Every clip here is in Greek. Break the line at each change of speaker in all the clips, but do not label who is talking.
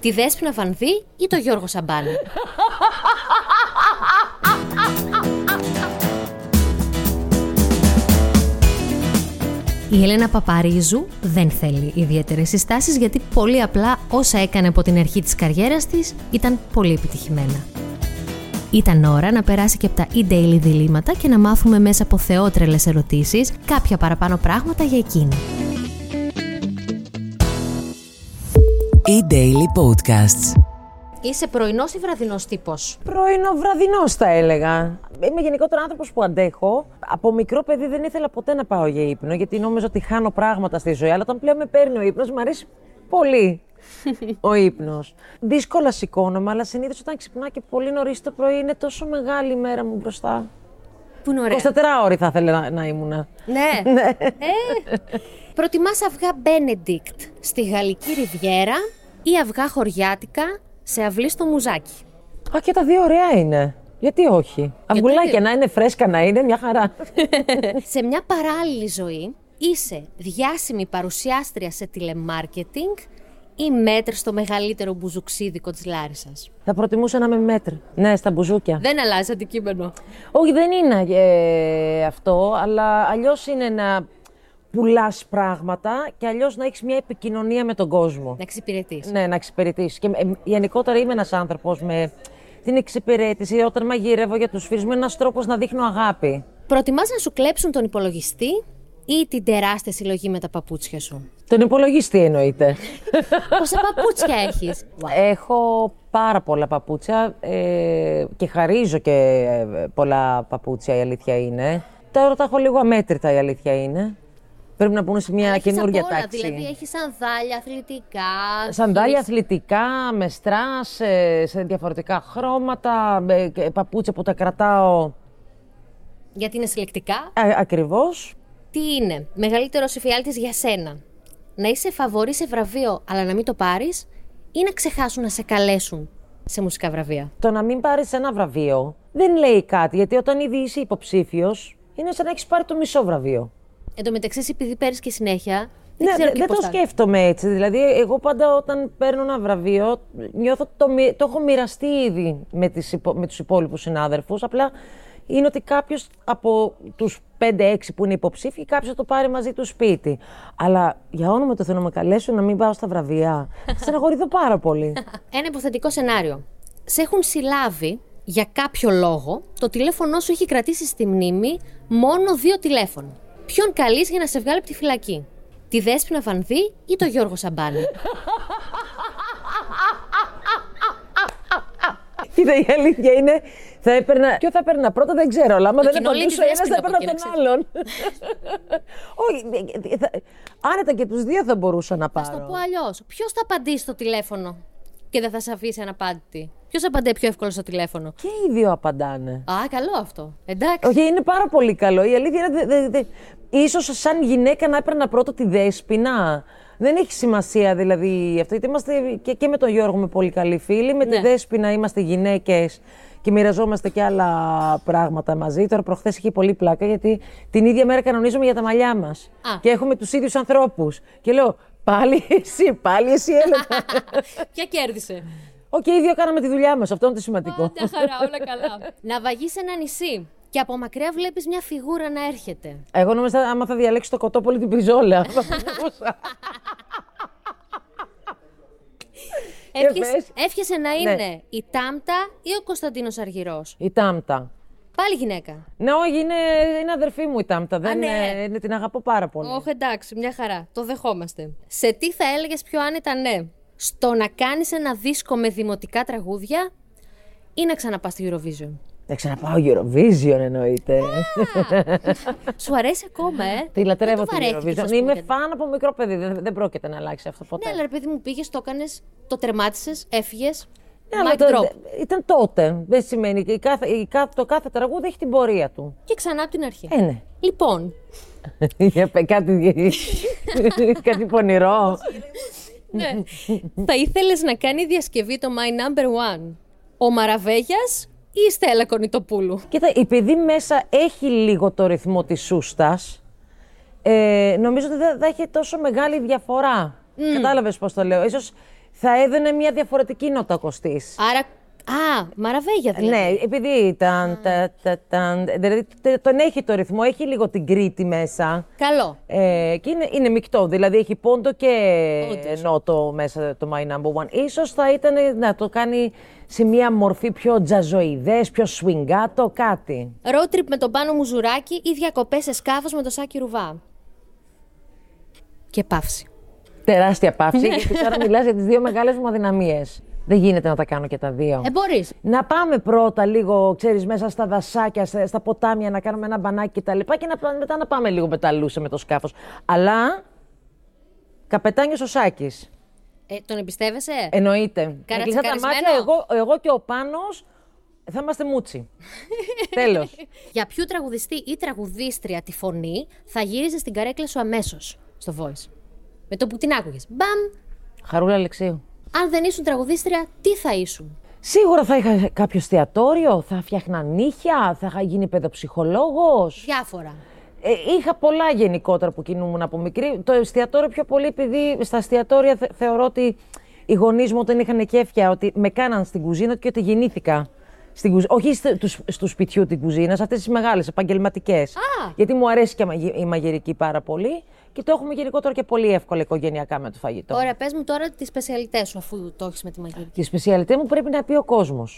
τη Δέσποινα Βανδύ ή το Γιώργο Σαμπάνη. Η Έλενα Παπαρίζου δεν θέλει ιδιαίτερες συστάσεις γιατί πολύ απλά όσα έκανε από την αρχή της καριέρας της ήταν πολύ επιτυχημένα. Ήταν ώρα να περάσει και από τα e-daily διλήμματα και να μάθουμε μέσα από θεότρελες ερωτήσεις κάποια παραπάνω πράγματα για εκείνη.
E-Daily Podcasts.
Είσαι πρωινός ή βραδινός τύπος.
Πρωινοβραδινό θα έλεγα. Είμαι γενικότερα άνθρωπος που αντέχω. Από μικρό παιδί δεν ήθελα ποτέ να πάω για ύπνο, γιατί νόμιζα ότι χάνω πράγματα στη ζωή. Αλλά όταν πλέον με παίρνει ο ύπνος, μου αρέσει πολύ ο ύπνος. Δύσκολα σηκώνομαι, αλλά συνήθως όταν ξυπνά και πολύ νωρίς το πρωί είναι τόσο μεγάλη η μέρα μου μπροστά.
Που είναι
24
ωραία.
ώρε θα ήθελα να, να ήμουν.
Ναι. ναι. Ε, προτιμάς αυγά Μπένεντικτ στη Γαλλική Ριβιέρα ή αυγά χωριάτικα σε αυλή στο μουζάκι.
Α, και τα δύο ωραία είναι. Γιατί όχι. Αυγουλάκια να είναι φρέσκα να είναι, μια χαρά.
σε μια παράλληλη ζωή είσαι διάσημη παρουσιάστρια σε τηλεμάρκετινγκ ή μέτρ στο μεγαλύτερο μπουζουξίδικο της Λάρισας.
θα προτιμούσα να είμαι μέτρ. Ναι, στα μπουζούκια.
Δεν αλλάζει αντικείμενο.
Όχι, δεν είναι ε, αυτό, αλλά αλλιώς είναι να πουλάς πράγματα και αλλιώς να έχεις μια επικοινωνία με τον κόσμο.
Να εξυπηρετείς.
Ναι, να εξυπηρετήσει. Και ε, γενικότερα είμαι ένας άνθρωπος με την εξυπηρέτηση. Όταν μαγειρεύω για τους φίλους μου, είναι ένας τρόπος να δείχνω αγάπη.
Προτιμάς να σου κλέψουν τον υπολογιστή ή την τεράστια συλλογή με τα παπούτσια σου.
Τον υπολογιστή εννοείται.
Πόσα παπούτσια έχεις. Wow.
Έχω πάρα πολλά παπούτσια ε, και χαρίζω και ε, πολλά παπούτσια η αλήθεια είναι. Τώρα τα έχω λίγο αμέτρητα η αλήθεια είναι. Πρέπει να πούνε σε μια
Έχεις απ'
καινούργια
όλα,
τάξη.
Δηλαδή έχεις σανδάλια, αθλητικά.
Σαντάλια αθλητικά, με στράς, σε, σε διαφορετικά χρώματα, με και παπούτσια που τα κρατάω
Γιατί είναι συλλεκτικά.
α, ακριβώς.
Τι είναι, μεγαλύτερο εφιάλτης για σένα. Να είσαι φαβορή σε βραβείο, αλλά να μην το πάρεις, ή να ξεχάσουν να σε καλέσουν σε μουσικά βραβεία.
Το να μην πάρεις ένα βραβείο δεν λέει κάτι, γιατί όταν ήδη είσαι υποψήφιος, είναι σαν να έχεις πάρει το μισό βραβείο.
Εν τω μεταξύ, εσύ επειδή παίρνεις και συνέχεια. Δεν
Ναι,
ξέρω
δε-
και
δεν
πώς
το
θα-
σκέφτομαι έτσι. Δηλαδή, εγώ πάντα όταν παίρνω ένα βραβείο, νιώθω ότι το, μοι- το έχω μοιραστεί ήδη με, τις, υπο- με τους υπόλοιπους συνάδελφους. Απλά είναι ότι κάποιος από τους 5-6 που είναι υποψήφιοι, κάποιος θα το πάρει μαζί του σπίτι. Αλλά για όνομα του Θεού να με καλέσουν να μην πάω στα βραβεία. Θα στεναχωρηθώ πάρα πολύ.
Ένα υποθετικό σενάριο. Σε έχουν συλλάβει για κάποιο λόγο, το τηλέφωνό σου έχει κρατήσει στη μνήμη μόνο δύο τηλέφωνα. Ποιον καλείς για να σε βγάλει από τη φυλακή, Τη Δέσποινα Βανδύ ή το Γιώργο Σαμπάνη.
Κοίτα, η αλήθεια είναι, θα έπαιρνα. Ποιο θα έπαιρνα πρώτα δεν ξέρω, αλλά άμα δεν
κοινολί
απαντούσε
της
ένας, θα
Δέσποινας
έπαιρνα
από εκεί,
τον
να
άλλον. Όχι, ε, ε, θα- άνετα και τους δύο θα μπορούσα να
Θα το
πάρω.
πω αλλιώς. Ποιος θα απαντήσει στο τηλέφωνο και δεν θα σε αφήσει αναπάντητη. Ποιος απαντάει πιο εύκολα στο τηλέφωνο.
Και οι δύο απαντάνε.
Α, καλό αυτό. Εντάξει.
Όχι, είναι πάρα πολύ καλό. Η αλήθεια είναι. Δε, δε, δε, ίσως σαν γυναίκα να έπαιρνα πρώτα τη δέσποινα. Δεν έχει σημασία δηλαδή αυτό. Γιατί είμαστε και, και με τον Γιώργο με πολύ καλοί φίλοι. Με τη
Ναι.
δέσποινα είμαστε γυναίκες και μοιραζόμαστε και άλλα πράγματα μαζί. Τώρα προχθές είχε πολύ πλάκα γιατί την ίδια μέρα κανονίζουμε για τα μαλλιά μας.
Α.
Και έχουμε τους ίδιους ανθρώπους. Και λέω, πάλι εσύ, πάλι εσύ έλεγα.
Ποια κέρδισε.
Οκ, οι δύο κάναμε τη δουλειά μας. Αυτό είναι το σημαντικό.
Μια χαρά, όλα καλά. Να βαγείς σε ένα νησί και από μακριά βλέπεις μια φιγούρα να έρχεται.
Εγώ νόμιζα άμα θα διαλέξω το κοτόπολι την πριζόλα. θα μπορούσα. Ε, πες.
Εύχεσαι να
Ναι.
είναι η Τάμτα ή ο Κωνσταντίνος Αργυρός.
Η Τάμτα.
Πάλι γυναίκα.
Ναι, όχι, είναι, είναι αδερφή μου η Τάμτα. Δεν,
ναι.
ε, είναι, την αγαπώ πάρα πολύ.
Όχι, εντάξει, μια χαρά. Το δεχόμαστε. Σε τι θα έλεγες πιο άνετα ναι, στο να κάνεις ένα δίσκο με δημοτικά τραγούδια ή να ξαναπάς στη Eurovision.
Δεν ξαναπάω Eurovision εννοείται.
Σου αρέσει ακόμα, ε.
Τη λατρεύω
Δεν το
την
βαρέθηκες, ας
Eurovision.
πούμε,
Είμαι
και-
φαν από μικρό παιδί. Δεν, δεν πρόκειται να αλλάξει αυτό ποτέ.
Ναι, αλλά ρε παιδί μου, πήγες, το έκανες, το τερμάτισες, έφυγες.
Ναι, αλλά
mic
το-
drop.
ήταν τότε. Δεν σημαίνει. Η κάθε, η κάθε- το κάθε τραγούδι έχει την πορεία του.
Και ξανά από την αρχή.
Ε, ναι.
Λοιπόν,
Για πε- κάτι, κάτι πονηρό.
ναι. θα ήθελες να κάνει διασκευή το My Number One. Ο Μαραβέγιας ή η Στέλλα Κονιτοπούλου.
Κοίτα, επειδή μέσα έχει λίγο το ρυθμό της σούστας, ε, νομίζω ότι δεν θα έχει τόσο μεγάλη διαφορά. Κατάλαβες πώς το λέω. Ίσως θα έδαινε μια διαφορετική νότα κοστής.
Άρα. Α, μαραβέγια δηλαδή.
Ναι, επειδή ήταν. τα- τα- τα- Δηλαδή τε- τον έχει το ρυθμό, έχει λίγο την Κρήτη μέσα.
Καλό.
Ε, και είναι, είναι μεικτό, δηλαδή έχει πόντο και νότο μέσα το My Number One. Ίσως θα ήταν να το κάνει σε μια μορφή πιο τζαζοειδές, πιο σουιγκάτο, κάτι.
Road trip με τον πάνω μου ζουράκι ή διακοπές σε σκάφος με τον Σάκη Ρουβά. Και παύση.
Τεράστια παύση, γιατί τώρα μιλάς για τις δύο μεγάλες μου αδυναμίες. Δεν γίνεται να τα κάνω και τα δύο.
Ε, μπορείς.
Να πάμε πρώτα λίγο, ξέρεις, μέσα στα δασάκια, στα στα ποτάμια, να κάνουμε ένα μπανάκι και τα λοιπά και να, πα- μετά να πάμε λίγο με τα λούσα με το σκάφος. Αλλά, καπετάνιος ο Σάκης,
Ε, τον εμπιστεύεσαι.
εννοείται.
Κάρα
Να κλειστά τα
τσεκαρισμένο.
μάτια, εγώ, εγώ και ο Πάνος θα είμαστε μούτσι. Τέλος.
Για ποιο τραγουδιστή ή τραγουδίστρια τη φωνή θα γύριζε στην καρέκλα σου αμέσως στο voice. Με το που την άκουγες. Μπαμ!
Χαρούλα Αλεξίου.
Αν δεν ήσουν τραγουδίστρια, τι θα ήσουν.
Σίγουρα θα είχα κάποιο εστιατόριο, θα φτιάχνα νύχια, θα είχα γίνει παιδοψυχολόγος.
Διάφορα.
Ε, είχα πολλά γενικότερα που κινούμουν από μικρή. Το εστιατόριο πιο πολύ, επειδή στα εστιατόρια θε- θεωρώ ότι οι γονείς μου όταν είχαν κέφια, ότι με κάναν στην κουζίνα και ότι γεννήθηκα. Στην κουζ... Όχι στου, του σπιτιού την κουζίνα, σε αυτές τις μεγάλες επαγγελματικές.
Α!
Γιατί μου αρέσει και μαγει- η μαγειρική πάρα πολύ και το έχουμε γενικότερα και πολύ εύκολα οικογενειακά με το φαγητό.
Ωραία, πες μου τώρα τις σπεσιαλιτές σου, αφού το έχεις με τη μαγειρική.
Τη σπεσιαλιτές μου πρέπει να πει ο κόσμος.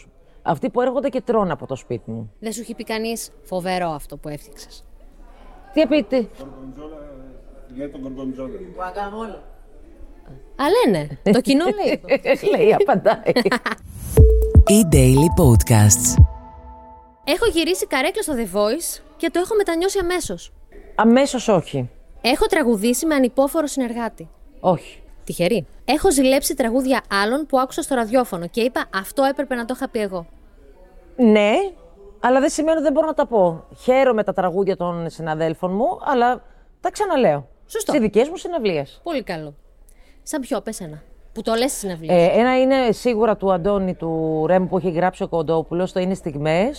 Αυτοί που έρχονται και τρώνε από το σπίτι μου.
Δεν σου έχει πει κανείς φοβερό αυτό που έφτιαξες.
Τι απείτε.
για τον Κοργκοντζόλα.
Αλλά λένε. Το κοινό λέει.
Λέει, απαντάει.
E-Daily Podcasts.
έχω γυρίσει καρέκλα στο The Voice και το έχω μετανιώσει αμέσως.
Αμέσως όχι.
Έχω τραγουδήσει με ανυπόφορο συνεργάτη.
Όχι.
Τυχερή. Έχω ζηλέψει τραγούδια άλλων που άκουσα στο ραδιόφωνο και είπα αυτό έπρεπε να το είχα πει εγώ.
Ναι, αλλά δεν σημαίνει ότι δεν μπορώ να τα πω. Χαίρομαι τα τραγούδια των συναδέλφων μου, αλλά τα ξαναλέω.
Σωστό.
Στις δικές μου συναυλίες.
Πολύ καλό. Σαν ποιο, πες ένα. Που το λες στην συναυλία.
Ε, ένα είναι σίγουρα του Αντώνη του Ρέμ που έχει γράψει ο Κοντόπουλος, το είναι στιγμές.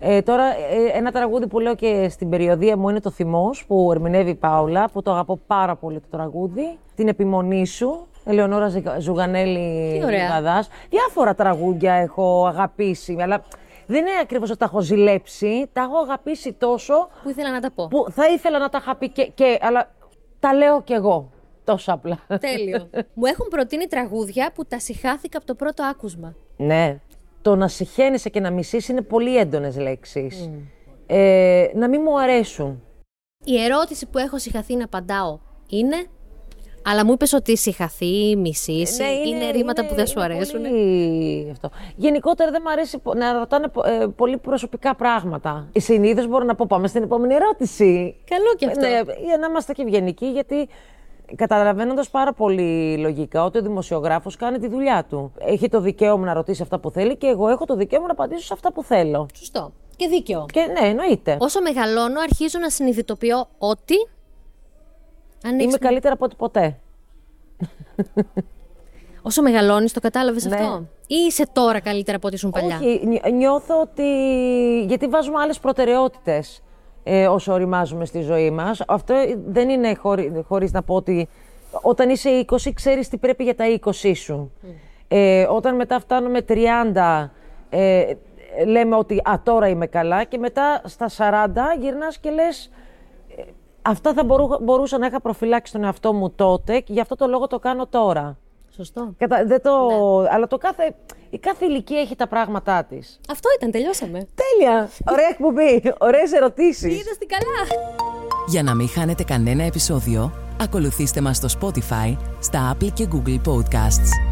Ε, τώρα, ε, ένα τραγούδι που λέω και στην περιοδία μου είναι το Θυμός που ερμηνεύει η Πάολα, που το αγαπώ πάρα πολύ το τραγούδι. Την επιμονή σου, Ελεονόρα Ζυγα- Ζουγανέλη
Τι ωραία.
Γαδάς. Διάφορα τραγούδια έχω αγαπήσει, αλλά δεν είναι ακριβώς ότι τα έχω ζηλέψει. Τα έχω αγαπήσει τόσο
Που ήθελα να τα πω.
που θα ήθελα να τα είχα πει και, και αλλά τα λέω κι εγώ. Τόσο απλά.
Τέλειο. Μου έχουν προτείνει τραγούδια που τα συχάθηκα από το πρώτο άκουσμα.
Ναι. Το να συχαίνεσαι και να μισείς είναι πολύ έντονες λέξεις.
Mm.
Ε, να μην μου αρέσουν.
Η ερώτηση που έχω συχαθεί να απαντάω είναι. Αλλά μου είπες ότι συχαθεί, μισήσει,
Ναι,
Ε, είναι, ρήματα που δεν σου
είναι
αρέσουν.
Πολύ... Αυτό. Γενικότερα δεν μου αρέσει πο- να ρωτάνε πο- ε, πολύ προσωπικά πράγματα. Συνήθω μπορώ να πω πάμε στην επόμενη ερώτηση.
Ε, Καλό και αυτό.
Ναι, για να είμαστε και ευγενικοί, γιατί καταλαβαίνοντας πάρα πολύ λογικά ότι ο δημοσιογράφος κάνει τη δουλειά του. Έχει το δικαίωμα να ρωτήσει αυτά που θέλει και εγώ έχω το δικαίωμα να απαντήσω σε αυτά που θέλω.
Σωστό. Και δίκαιο.
Και ναι, εννοείται.
Όσο μεγαλώνω, αρχίζω να συνειδητοποιώ ότι. Αν έχεις-
Είμαι καλύτερα από ό,τι ποτέ.
Όσο μεγαλώνεις, το κατάλαβες
Ναι.
αυτό. Ή είσαι τώρα καλύτερα από ό,τι ήσουν παλιά.
Όχι, νι- νιώθω ότι. Γιατί βάζουμε άλλες προτεραιότητες ε, όσο οριμάζουμε στη ζωή μας. Αυτό ε, δεν είναι χωρί χωρίς να πω ότι όταν είσαι 20, ξέρεις τι πρέπει για τα 20 σου. Ε, όταν μετά φτάνουμε 30, ε, λέμε ότι α, τώρα είμαι καλά και μετά στα 40 γυρνάς και λες «Ε, αυτά θα μπορού- μπορούσα να είχα προφυλάξει τον εαυτό μου τότε και γι' αυτό το λόγο το κάνω τώρα.
Σωστό.
Κατα... Δεν το... Αλλά το κάθε... η κάθε ηλικία έχει τα πράγματά της.
Αυτό ήταν, τελειώσαμε.
Τέλεια! Ωραία εκπομπή, ωραίες ερωτήσεις.
Είδα την καλά.
Για να μην χάνετε κανένα επεισόδιο, ακολουθήστε μας στο Spotify, στα Apple και Google Podcasts.